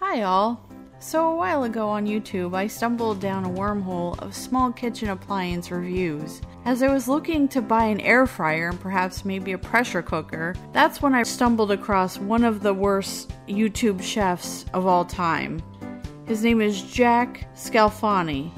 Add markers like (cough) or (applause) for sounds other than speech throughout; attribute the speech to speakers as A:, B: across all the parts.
A: Hi, all. So, a while ago on YouTube, I stumbled down a wormhole of small kitchen appliance reviews. As I was looking to buy an air fryer and perhaps maybe a pressure cooker, that's when I stumbled across one of the worst YouTube chefs of all time. His name is Jack Scalfani,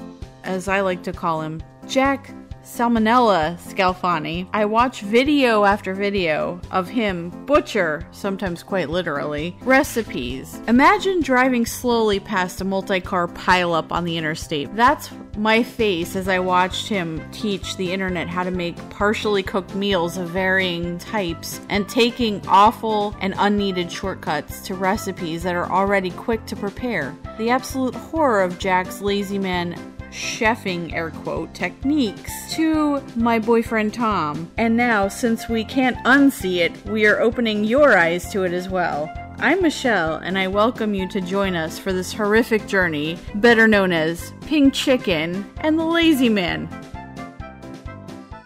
A: as I like to call him. Jack Salmonella Scalfani. I watch video after video of him butcher, sometimes quite literally, recipes. Imagine driving slowly past a multi car pileup on the interstate. That's my face as I watched him teach the internet how to make partially cooked meals of varying types and taking awful and unneeded shortcuts to recipes that are already quick to prepare. The absolute horror of Jack's lazy man chefing air quote techniques to my boyfriend Tom. And now, since we can't unsee it, we are opening your eyes to it as well. I'm Michelle, and I welcome you to join us for this horrific journey, better known as Pink Chicken and the Lazy Man.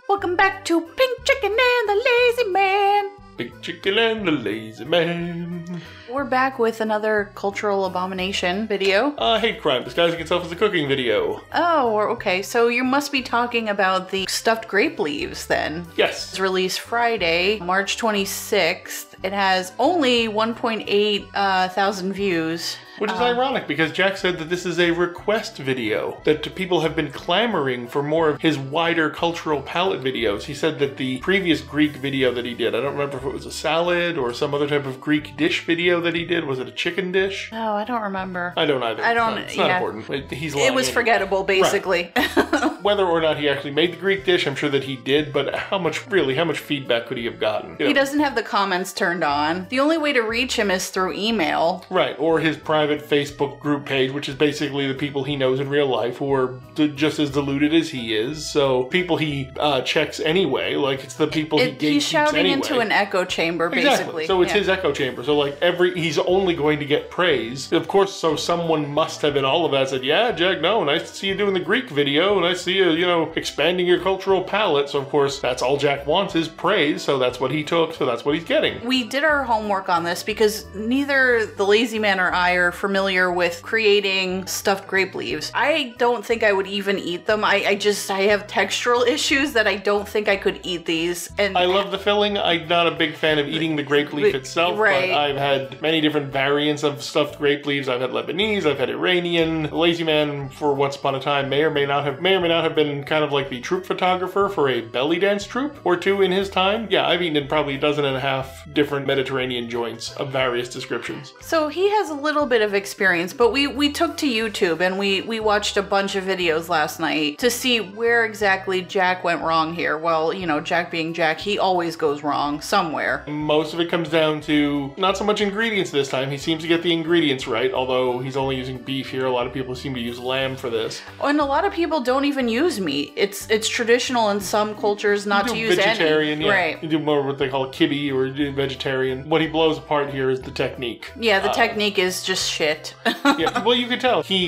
A: Welcome back to Pink Chicken and the Lazy Man.
B: Big chicken and the lazy man.
A: We're back with another cultural abomination video.
B: Uh, hate crime disguising itself as a cooking video.
A: Oh, okay. So you must be talking about the stuffed grape leaves then. It's
B: Yes.
A: released Friday, March 26th. It has only 1.8 uh, thousand views.
B: Which is ironic because Jack said that this is a request video, that people have been clamoring for more of his wider cultural palette videos. He said that the previous Greek video that he did, I don't remember if it was a salad or some other type of Greek dish video that he did, was it a chicken dish?
A: Oh, I don't remember.
B: I don't either.
A: I don't-
B: It's not
A: yeah.
B: important. It- He's lying.
A: It was forgettable, basically. (laughs)
B: Whether or not he actually made the Greek dish, I'm sure that he did, but how much, really, how much feedback could he have gotten? You
A: he
B: know,
A: doesn't have the comments turned on. The only way to reach him is through email.
B: Right, or his private Facebook group page, which is basically the people he knows in real life who are d- just as deluded as he is. So people he uh, checks anyway, like it's the people
A: It,
B: he gatekeeps
A: he's shouting
B: anyway.
A: into an echo chamber,
B: Exactly.
A: basically.
B: So it's
A: Yeah.
B: his echo chamber. So like every he's only going to get praise. Of course, so someone must have in all of that said, Yeah, Jack, no, nice to see you doing the Greek video, and I see you, you know, expanding your cultural palette. So of course that's all Jack wants is praise, so that's what he took, so that's what he's getting.
A: we did our homework on this because neither the lazy man or I are familiar with creating stuffed grape leaves. I don't think I would even eat them. I, I just I have textural (laughs) issues that I don't think I could eat these. And
B: I love the filling. I'm not a big fan of eating the grape leaf
A: But-
B: itself,
A: right.
B: but I've had many different variants of stuffed grape leaves. I've had Lebanese, I've had Iranian. The Lazy Man, for once upon a time, may or may not have may or may not have been kind of like the troop photographer for a belly dance troupe or two in his time. Yeah, I've eaten probably a dozen and a half different Mediterranean joints of various descriptions.
A: so he has a little bit of experience, but we we took to YouTube and we we watched a bunch of videos last night to see where exactly Jack went wrong here. Well, you know, Jack being Jack, he always goes wrong somewhere.
B: Most of it comes down to not so much ingredients this time. He seems to get the ingredients right, although he's only using beef here. A lot of people seem to use lamb for this.
A: And a lot of people don't even use meat. It's it's traditional in some cultures not to
B: do
A: use
B: vegetarian,
A: any.
B: yeah.
A: Right.
B: You do more what they call a kibby or you do vegetarian. What he blows apart here is the technique.
A: Yeah, the technique is just shit.
B: Uh,
A: (laughs)
B: yeah, well, you could tell he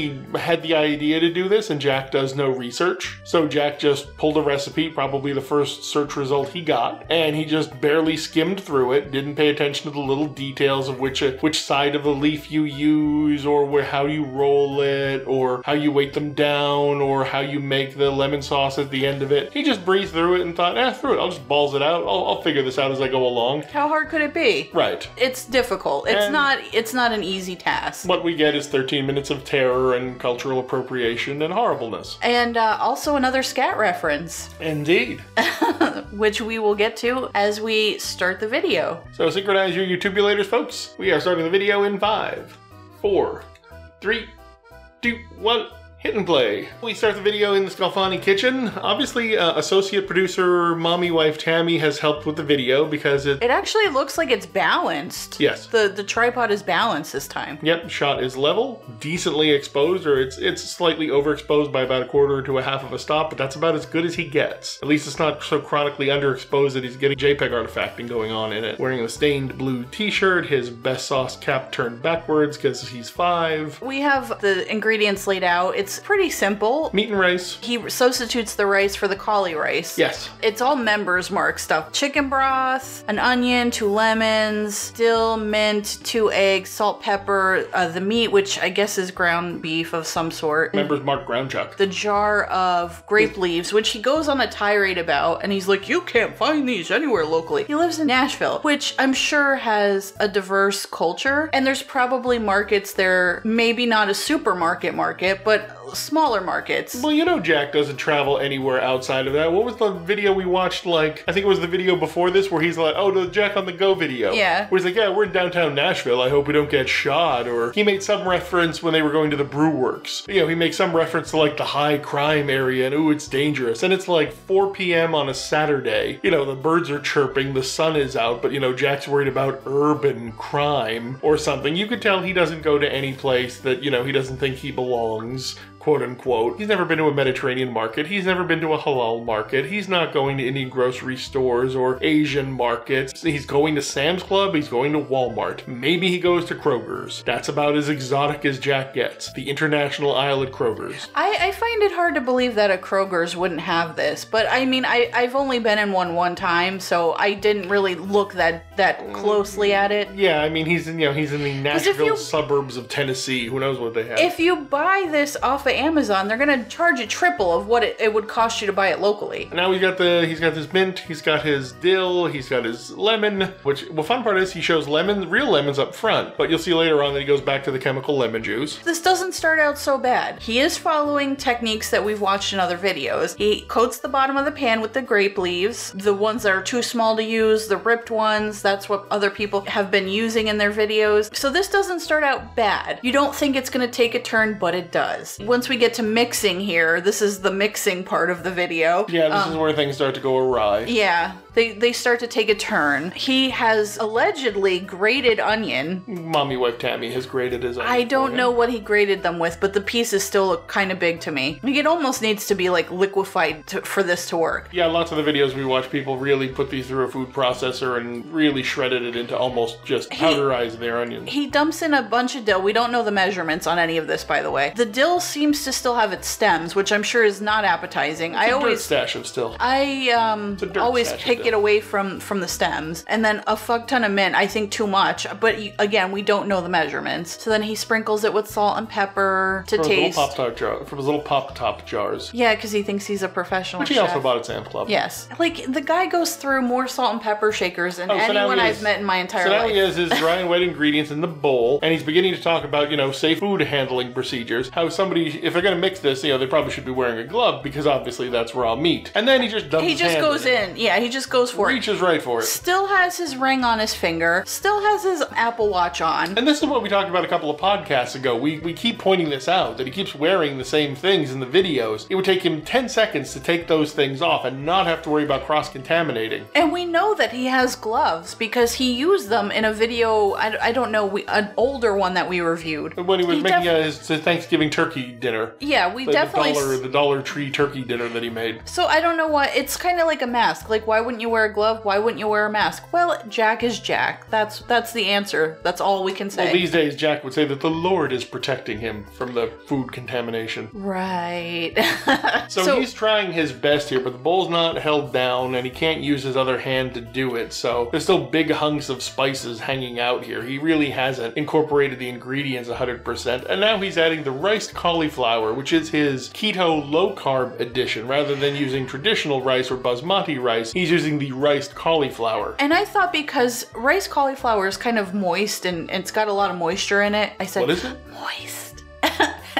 B: had the idea to do this, and Jack does no research. So Jack just pulled a recipe, probably the first search result he got, and he just barely skimmed through it. Didn't pay attention to the little details of which uh, which side of the leaf you use, or where how you roll it, or how you weight them down, or how you make the lemon sauce at the end of it. He just breezed through it and thought, "Ah, through it. I'll just balls it out. I'll, I'll figure this out as I go along."
A: How hard could it be?
B: Right.
A: It's difficult. It's
B: And-
A: not it's not an easy task.
B: What we get is 13 minutes of terror and cultural appropriation and horribleness.
A: And uh, also another scat reference,
B: Indeed.
A: which we will get to as we start the video.
B: So synchronize your YouTubulators, folks. We are starting the video in five, four, three, two, one. Hit and play. We start the video in the Scalfani kitchen. Obviously, uh, associate producer mommy wife Tammy has helped with the video because it.
A: It actually looks like it's balanced.
B: Yes.
A: The the tripod is balanced this time.
B: Yep, shot is level, decently exposed, or it's it's slightly overexposed by about a quarter to a half of a stop, but that's about as good as he gets. At least it's not so chronically underexposed that he's getting JPEG artifacting going on in it. Wearing a stained blue T-shirt, his best sauce cap turned backwards because he's five.
A: We have the ingredients laid out. It's is pretty simple.
B: Meat and rice.
A: He substitutes the rice for the collie rice.
B: Yes.
A: It's all members mark stuff. Chicken broth, an onion, two lemons, dill, mint, two eggs, salt, pepper, uh, the meat, which I guess is ground beef of some sort.
B: Members Mark Groundchuck.
A: the jar of grape leaves, which he goes on a tirade about, and he's like, You can't find these anywhere locally. He lives in Nashville, which I'm sure has a diverse culture, and there's probably markets there, maybe not a supermarket market, but smaller markets.
B: Well, you know Jack doesn't travel anywhere outside of that. What was the video we watched? Like, I think it was the video before this where he's like, "Oh, the Jack on the Go video."
A: Yeah.
B: Where he's like, "Yeah, we're in downtown Nashville. I hope we don't get shot." Or he made some reference when they were going to the Brew Works. You know, he makes some reference to like the high crime area and ooh, it's dangerous. And it's like 4 p.m. on a Saturday. You know, the birds are chirping, the sun is out, but you know, Jack's worried about urban crime or something. You could tell he doesn't go to any place that you know he doesn't think he belongs quote unquote. He's never been to a Mediterranean market. He's never been to a halal market. He's not going to any grocery stores or Asian markets. He's going to Sam's Club. He's going to Walmart. Maybe he goes to Kroger's. That's about as exotic as Jack gets. The international aisle at Kroger's.
A: I, I find it hard to believe that a Kroger's wouldn't have this, but I mean, I, I've only been in one one time, so I didn't really look that, that closely at it.
B: Yeah, I mean he's in you know he's in the
A: 'Cause if
B: Nashville
A: you-
B: suburbs of Tennessee. Who knows what they have?
A: If you buy this off of Amazon, they're gonna charge you triple of what it, it would cost you to buy it locally.
B: Now he's got the he's got his mint, he's got his dill, he's got his lemon. Which the fun part is he shows lemon, real lemons up front, but you'll see later on that he goes back to the chemical lemon juice.
A: This doesn't start out so bad. He is following techniques that we've watched in other videos. He coats the bottom of the pan with the grape leaves, the ones that are too small to use, the ripped ones, that's what other people have been using in their videos. So this doesn't start out bad. You don't think it's gonna take a turn, but it does. Once we get to mixing here, this is the mixing part of the video.
B: Yeah, this is where things start to go awry.
A: Yeah, they they start to take a turn. He has allegedly grated onion.
B: Mommy wife Tammy has graded his.
A: I don't know what he grated them with, but the pieces still look kind of big to me. Like, it almost needs to be like liquefied to, for this to work.
B: Yeah, lots of the videos we watch, people really put these through a food processor and really shredded it into almost just powderized their onions.
A: He dumps in a bunch of dill. We don't know the measurements on any of this, by the way. The dill seems to still have its stems, which I'm sure is not appetizing. I
B: Dirt
A: always
B: stash of still.
A: I um
B: a dirt
A: always
B: stash of
A: pick
B: dill.
A: it away from from the stems, and then a fuck ton of mint. I think too much, but you, again, we don't know the measurements. So then he sprinkles it with salt and pepper to
B: From his
A: taste.
B: little pop top jar, from his little pop top jars,
A: Yeah, because he thinks he's a professional.
B: which he
A: chef.
B: also bought at Sam's Club.
A: Yes, like the guy goes through more salt and pepper shakers than
B: Oh, so now
A: anyone
B: he
A: I've
B: is-
A: met in my entire
B: So now
A: life.
B: he has his dry and wet ingredients in the bowl, and he's beginning to talk about, you know, safe food handling procedures. How somebody, if they're going to mix this, you know, they probably should be wearing a glove because obviously that's raw meat. And then he just dumps.
A: He
B: his
A: just
B: hand
A: goes
B: it.
A: in. Yeah, he just goes for it.
B: reaches right for it.
A: Still has his ring on his finger. Still has his Apple Watch on.
B: And this is what we talked about a couple of podcasts ago. We, we keep pointing this out that he keeps wearing the same things in the videos. It would take him 10 seconds to take those things off and not have to worry about cross contaminating.
A: And we know that he has gloves because he used them in a video. I, I don't know, we, an older one that we reviewed.
B: When he was
A: He
B: making
A: def-
B: uh, his his Thanksgiving turkey dinner,
A: Yeah, we
B: the, the
A: definitely. s-
B: dollar, the Dollar Tree turkey dinner that he made.
A: so I don't know what. It's kind of like a mask. Like, why wouldn't you wear a glove? Why wouldn't you wear a mask? Well, Jack is Jack. That's that's the answer. That's all we can say.
B: Well, these days, Jack would say that the Lord is protecting him from the food contamination.
A: right. (laughs)
B: So, he's trying his best here, but the bowl's not held down, and he can't use his other hand to do it. So there's still big hunks of spices hanging out here. He really hasn't incorporated the ingredients 100%. And now he's adding the riced cauliflower, which is his keto low carb edition. Rather than using traditional rice or basmati rice, he's using the riced cauliflower.
A: And I thought because rice cauliflower is kind of moist and, and it's got a lot of moisture in it, I said,
B: What is it?
A: Moist. (laughs)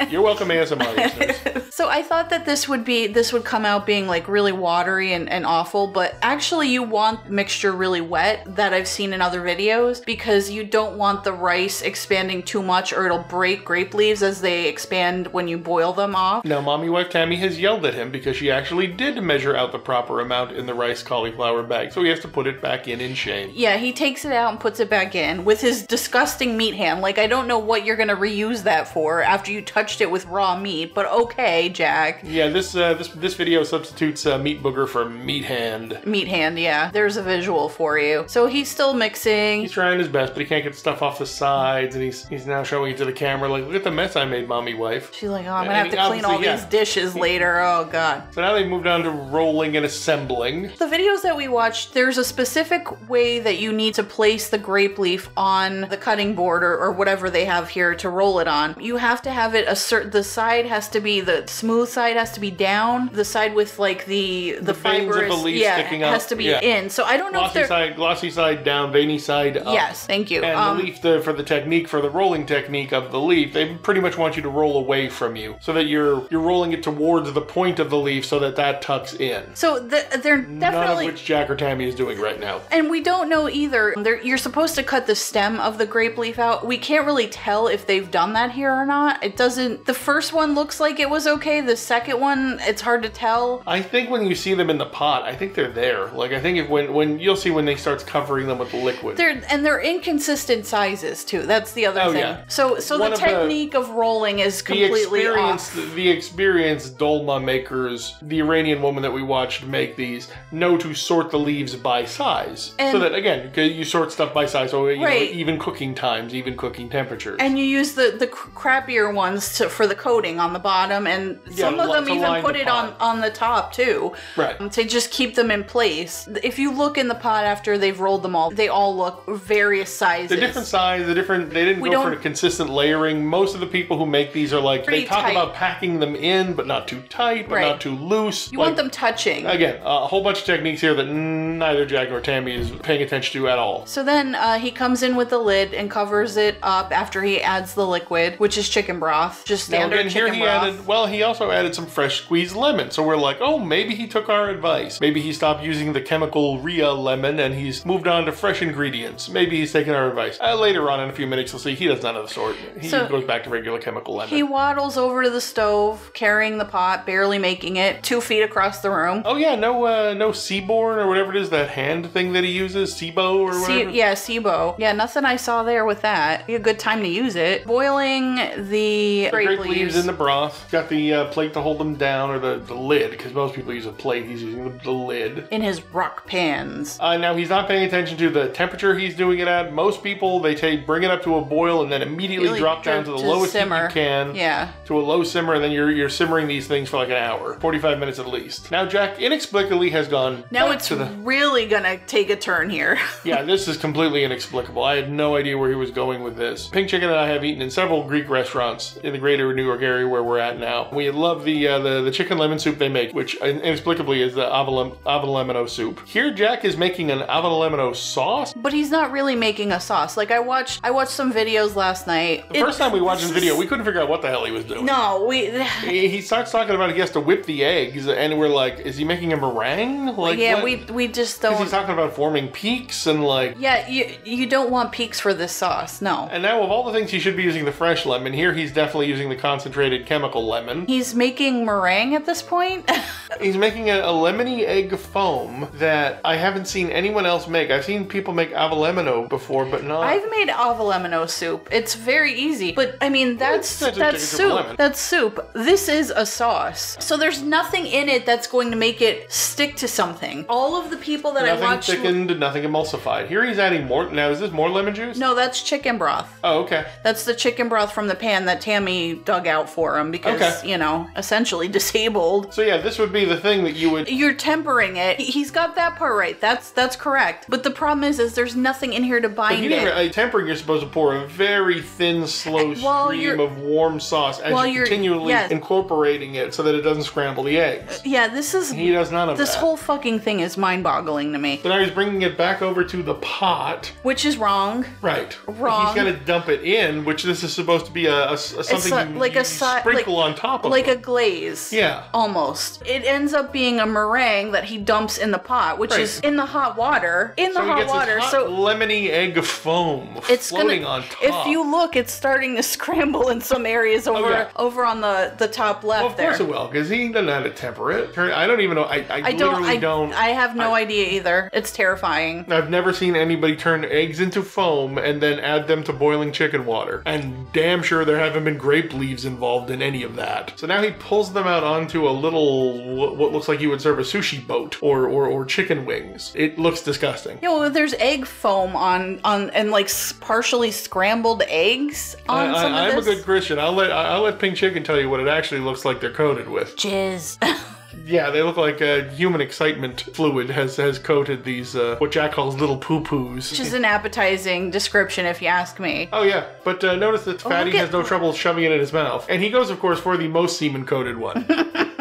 B: You're welcome, ASMR listeners.
A: So I thought that this would be this would come out being like really watery and, and awful, but actually you want mixture really wet that I've seen in other videos because you don't want the rice expanding too much or it'll break grape leaves as they expand when you boil them off.
B: Now, mommy wife Tammy has yelled at him because she actually did measure out the proper amount in the rice cauliflower bag, so he has to put it back in in shame.
A: Yeah, he takes it out and puts it back in with his disgusting meat hand. Like I don't know what you're gonna reuse that for after you touch touched it with raw meat, but okay, Jack.
B: Yeah, this uh, this this video substitutes uh, meat booger for meat hand.
A: Meat hand, yeah. There's a visual for you. So he's still mixing.
B: He's trying his best, but he can't get stuff off the sides, and he's he's now showing it to the camera like, look at the mess I made, mommy wife.
A: She's like, oh, I'm gonna
B: And
A: have to clean all
B: obviously, yeah.
A: these dishes later. Oh god.
B: So now they moved on to rolling and assembling.
A: The videos that we watched, there's a specific way that you need to place the grape leaf on the cutting board or, or whatever they have here to roll it on. You have to have it a certain the side has to be the smooth side has to be down, the side with like the the,
B: veins of the
A: fibrous
B: leaf
A: yeah
B: sticking
A: has
B: out.
A: to be
B: Yeah.
A: in. So I don't know if
B: Glossy
A: they're
B: side, glossy side down, veiny side up.
A: yes, thank you.
B: And
A: Um,
B: the leaf the, for the technique for the rolling technique of the leaf, they pretty much want you to roll away from you so that you're you're rolling it towards the point of the leaf so that that tucks in.
A: so th- they're
B: None of
A: definitely
B: which Jack or Tammy is doing right now.
A: And we don't know either. They're, you're supposed to cut the stem of the grape leaf out. We can't really tell if they've done that here or not. It doesn't. The first one looks like it was okay. The second one, it's hard to tell.
B: I think when you see them in the pot, I think they're there. Like I think if when when you'll see when they starts covering them with the liquid.
A: They're and they're inconsistent sizes too. That's the other
B: Oh,
A: thing.
B: yeah.
A: So so
B: One
A: the
B: of the-
A: technique of rolling is completely
B: the
A: off.
B: experienced, the experienced dolma makers, the Iranian woman that we watched make these, know to sort the leaves by size, so
A: And-
B: that again 'cause you sort stuff by size, so you
A: Right.
B: know, even cooking times, even cooking temperatures.
A: And you use the the cr- crappier ones to, for the coating on the bottom, and
B: Yeah,
A: some of
B: li-
A: them
B: to
A: even
B: line
A: put
B: the
A: it on
B: pot.
A: on the top too,
B: Right.
A: um, To just keep them in place. If you look in the pot after they've rolled them all, they all look various sizes.
B: the different size, the different. They didn't
A: We
B: go for
A: don't-
B: a consistent layering. Most of the people who make these are like
A: Pretty
B: they talk
A: tight.
B: about packing them in, but not too tight, but
A: Right.
B: not too loose.
A: you
B: like,
A: want them touching.
B: Again, a whole bunch of techniques here that neither Jack nor Tammy is paying attention to at all.
A: so then uh, he comes in with the lid and covers it up after he adds the liquid, which is chicken broth, just
B: Now
A: standard
B: again, here
A: chicken
B: he
A: broth.
B: added. Well, he also added some fresh squeezed lemon. So we're like, oh, maybe he took our advice. Maybe he stopped using the chemical Rhea lemon and he's moved on to fresh ingredients. Maybe he's taken our advice. Uh, later on, in a few minutes, you'll see he does none of the sort. He
A: So-
B: goes back to regular chemical lemon.
A: he waddles over to the stove, carrying the pot, barely making it, two feet across the room.
B: Oh yeah, no, uh, no Seaborn or whatever it is that hand thing that he uses, Seabo or whatever.
A: See, yeah, SIBO. Yeah, nothing I saw there with that. Be a good time to use it. Boiling the
B: The
A: grape,
B: grape leaves.
A: leaves.
B: in the broth. Got the uh, plate to hold them down, or the, the lid, because most people use a plate. He's using the, the lid.
A: in his rock pans.
B: Uh, now he's not paying attention to the temperature he's doing it at. Most people they take bring it up to a boil and then immediately
A: Really
B: drop down to the lowest heat
A: simmer.
B: you can.
A: Yeah.
B: To a low simmer, and then you're you're simmering these things for like an hour, 45 minutes at least. Now Jack inexplicably has gone.
A: Now
B: back
A: it's
B: to the
A: really gonna take a turn here. (laughs)
B: yeah, this is completely inexplicable. I had no idea where he was going with this. Pink chicken and I have eaten in several Greek restaurants in the greater New York area where we're at now. We love the uh, the, the chicken lemon soup they make, which in- inexplicably is the avalem- avalemono soup. Here, Jack is making an avalemono sauce.
A: but he's not really making a sauce. Like I watched, I watched some videos last night.
B: The first time we watched his video, we couldn't figure out what the hell he was
A: (laughs)
B: doing.
A: no, we. (laughs)
B: He he starts talking about he has to whip the eggs, and we're like, is he making a meringue? Like,
A: yeah,
B: what?
A: we we just
B: 'Cause he's
A: don't.
B: talking about forming peaks and like.
A: Yeah, you you don't want peaks for this sauce. No.
B: And now, of all the things he should be using the fresh lemon, here he's definitely using the concentrated chemical lemon.
A: He's making meringue at this point. (laughs)
B: He's making a, a lemony egg foam that I haven't seen anyone else make. I've seen people make avalemino before, but not.
A: I've made avalemono soup. It's very easy, but I mean that's
B: it's
A: that's
B: just a
A: soup.
B: lemon.
A: That's soup. This is a sauce. So there's nothing in it that's going to make it stick to something. All of the people that I
B: nothing
A: watched.
B: thickened, nothing emulsified. Here he's adding more. Now, is this more lemon juice?
A: No, that's chicken broth.
B: Oh, okay.
A: That's the chicken broth from the pan that Tammy dug out for him because,
B: Okay.
A: you know, essentially (laughs) disabled.
B: So, yeah, this would be the thing that you would.
A: You're tempering it. He- He's got that part right. That's that's correct. But the problem is, is there's nothing in here to bind
B: You
A: it.
B: didn't, uh, tempering, you're supposed to pour a very thin, slow
A: While
B: stream
A: you're-
B: of warm sauce as
A: while
B: you're
A: you're-
B: continually
A: yes.
B: incorporating it so that it doesn't scramble the eggs.
A: yeah, this is
B: He does none of
A: this
B: that.
A: whole fucking thing is mind-boggling to me.
B: So now he's bringing it back over to the pot.
A: which is wrong.
B: Right.
A: Wrong.
B: He's got to dump it in, which this is supposed to be a, a s- a something
A: si-
B: you,
A: like a
B: you
A: si- like-
B: sprinkle on top of.
A: Like
B: it.
A: a glaze.
B: Yeah.
A: Almost. It ends up being a meringue that he dumps in the pot, which
B: Right.
A: is in the hot water. In the
B: so he
A: hot
B: gets
A: water.
B: this hot
A: so
B: lemony egg foam
A: it's
B: floating
A: gonna,
B: on top. Oh,
A: If you look, it's starting to (laughs) scramble in some areas over
B: yeah.
A: over on the the top left
B: Well, of
A: there.
B: course it will, because he doesn't know how to temper it. Turn- I don't even know. I, I,
A: I don't. I
B: literally don't.
A: I have no idea either. It's terrifying.
B: I've never seen anybody turn eggs into foam and then add them to boiling chicken water. And damn sure there haven't been grape leaves involved in any of that. So now he pulls them out onto a little wh- what looks like you would serve a sushi boat or or, or chicken wings. It looks disgusting.
A: You know, there's egg foam on on and like s- partially scrambled eggs on
B: I,
A: some
B: I,
A: of
B: I'm a
A: this.
B: good Christian. I'll let I- I'll let Pink Chicken tell you what it actually looks like. They're coated with.
A: Jizz. (laughs)
B: Yeah, they look like uh, human excitement fluid has has coated these uh, what Jack calls little poo poos.
A: Which is an appetizing description, if you ask me.
B: Oh yeah, but uh, notice that Fatty
A: Oh, look at-
B: has no trouble shoving it in his mouth, and he goes, of course, for the most semen-coated
A: (laughs)
B: one,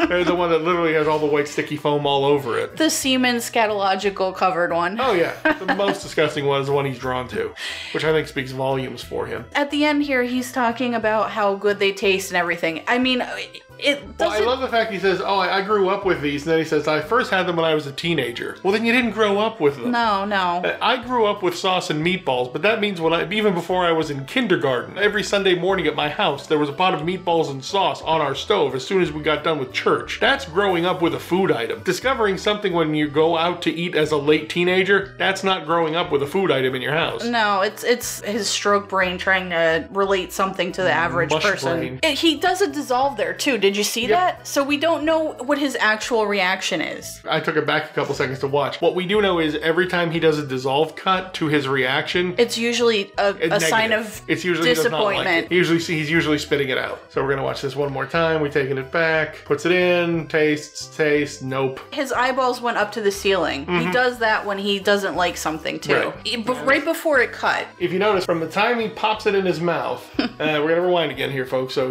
B: Uh, the one that literally has all the white sticky foam all over it.
A: The semen scatological covered one.
B: Oh yeah, the most disgusting one is the one he's drawn to, which I think speaks volumes for him.
A: At the end here, he's talking about how good they taste and everything. I mean, it- it
B: Well, I
A: doesn't.
B: love the fact he says, "Oh, I, I grew up with these," and then he says, "I first had them when I was a teenager." Well, then you didn't grow up with them.
A: no, no.
B: I grew up with sauce and meatballs, but that means when I even before I was in kindergarten, every Sunday morning at my house there was a pot of meatballs and sauce on our stove as soon as we got done with church. That's growing up with a food item. Discovering something when you go out to eat as a late teenager, that's not growing up with a food item in your house.
A: No, it's it's his stroke brain trying to relate something to the average
B: mush
A: person.
B: brain.
A: It, he does a dissolve there too. Did you see that? So we don't know what his actual reaction is.
B: I took it back a couple seconds to watch. What we do know is every time he does a dissolve cut to his reaction,
A: It's usually a, a
B: It's
A: sign
B: negative.
A: of
B: it's usually he does not like it.
A: disappointment.
B: He usually he's usually spitting it out. So we're gonna watch this one more time. We taking it back, puts it in, tastes, tastes, nope.
A: his eyeballs went up to the ceiling. He does that when he doesn't like something too.
B: Mm-hmm. Right.
A: He- b- right before it cut.
B: If you notice, from the time he pops it in his
A: (laughs)
B: mouth, uh, we're gonna rewind again here, folks. So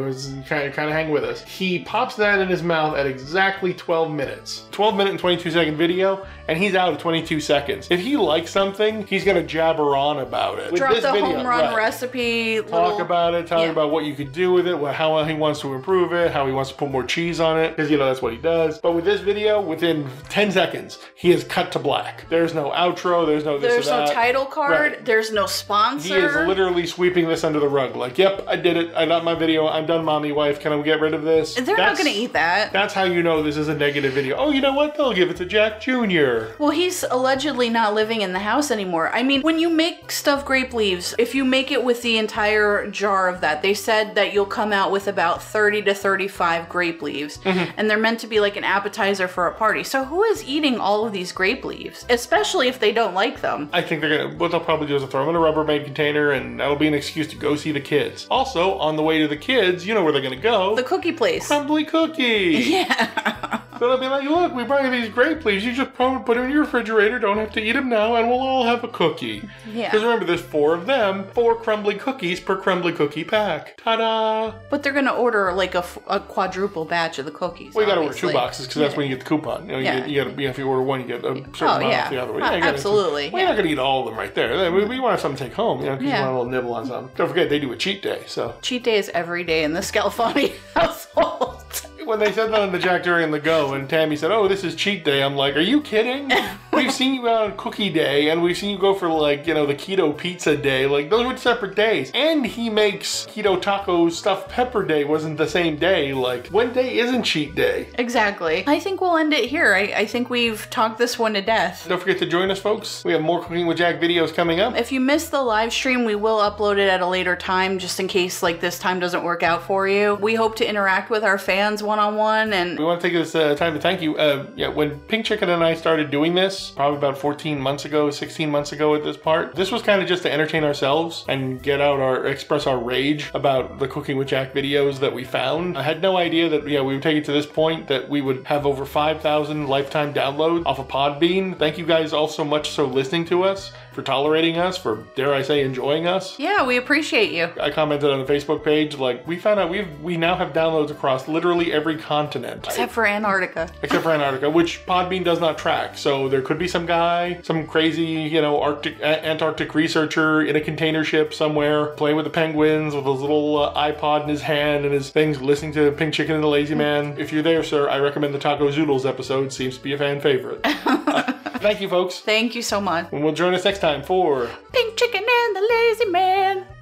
B: kind of kind of hang with us. He pops that in his mouth at exactly 12 minutes. 12 minute and 22 second video, and he's out of 22 seconds. If he likes something, he's gonna jabber on about it. With
A: Drop
B: this
A: the
B: video,
A: home run
B: right.
A: recipe.
B: talk
A: little-
B: about it, talk
A: yeah.
B: about what you could do with it, what, how he wants to improve it, how he wants to put more cheese on it, because you know that's what he does. But with this video, within 10 seconds, he is cut to black. There's no outro, there's no this
A: There's
B: or
A: no
B: that.
A: title card.
B: Right.
A: There's no sponsor.
B: He is literally sweeping this under the rug. Like, yep, I did it. I got my video. I'm done, mommy, wife. Can I get rid of this?
A: They're not going to eat that.
B: That's how you know this is a negative video. Oh, you know what? They'll give it to Jack Jr.
A: Well, he's allegedly not living in the house anymore. I mean, when you make stuffed grape leaves, if you make it with the entire jar of that, they said that you'll come out with about 30 to 35 grape leaves.
B: Mm-hmm.
A: And they're meant to be like an appetizer for a party. So, who is eating all of these grape leaves? Especially if they don't like them.
B: I think they're gonna. What they'll probably do is they'll throw them in a Rubbermaid container, and that'll be an excuse to go see the kids. Also, on the way to the kids, you know where they're gonna go.
A: The cookie place.
B: Crumbly cookie.
A: (laughs) Yeah.
B: So they'll be like, look, we brought you these grape leaves. You just put put them in your refrigerator. Don't have to eat them now, and we'll all have a cookie.
A: Yeah.
B: Because remember, there's four of them, four crumbly cookies per crumbly cookie pack. Ta-da!
A: But they're going to order like a, f- a quadruple batch of the cookies.
B: Well, you gotta order
A: obviously.
B: two boxes because that's when you get the coupon. You, know, you
A: Yeah.
B: get- you gotta, you know, if you order one, you get a certain
A: Oh,
B: amount
A: yeah.
B: off the other one.
A: Uh,
B: you gotta-
A: absolutely,
B: Well, you're not gonna eat all of them right there. We, we want something to take home. You know, 'cause
A: Yeah.
B: you want a little nibble on something. Don't forget, they do a cheat day. So
A: Cheat day is every day (laughs) in the Scalfani household. (laughs)
B: when they said that on the Jack during the go, and Tammy said, "Oh, this is cheat day," I'm like, "Are you
A: (laughs)
B: kidding? we've seen you out on cookie day, and we've seen you go for like you know the keto pizza day. Like those were separate days. And he makes keto taco stuffed pepper day wasn't the same day. Like one day isn't cheat day."
A: Exactly. I think we'll end it here. I, I think we've talked this one to death.
B: Don't forget to join us, folks. We have more Cooking with Jack videos coming up.
A: If you missed the live stream, we will upload it at a later time just in case like this time doesn't work out for you. We hope to interact with our fans one on one and
B: We want to take this uh, time to thank you. Uh, yeah, when Pink Chicken and I started doing this, probably about 14 months ago, 16 months ago at this part, this was kind of just to entertain ourselves and get out our, express our rage about the Cooking with Jack videos that we found. I had no idea that, yeah, we would take it to this point that we would have over 5,000 lifetime downloads off of Podbean. Thank you guys all so much for listening to us, for tolerating us, for, dare I say, enjoying us.
A: yeah, we appreciate you.
B: I commented on the Facebook page, like, we found out we've, we now have downloads across literally every continent
A: Except for Antarctica.
B: except for Antarctica, which Podbean does not track. So there could be some guy, some crazy, you know, Arctic, a- Antarctic researcher in a container ship somewhere, playing with the penguins with his little uh, iPod in his hand and his things, listening to Pink Chicken and the Lazy Man. If you're there, sir, I recommend the Taco Zoodles episode. Seems to be a fan favorite. Uh, thank you, folks.
A: Thank you so much.
B: And we'll join us next time for
A: Pink chicken and the lazy man.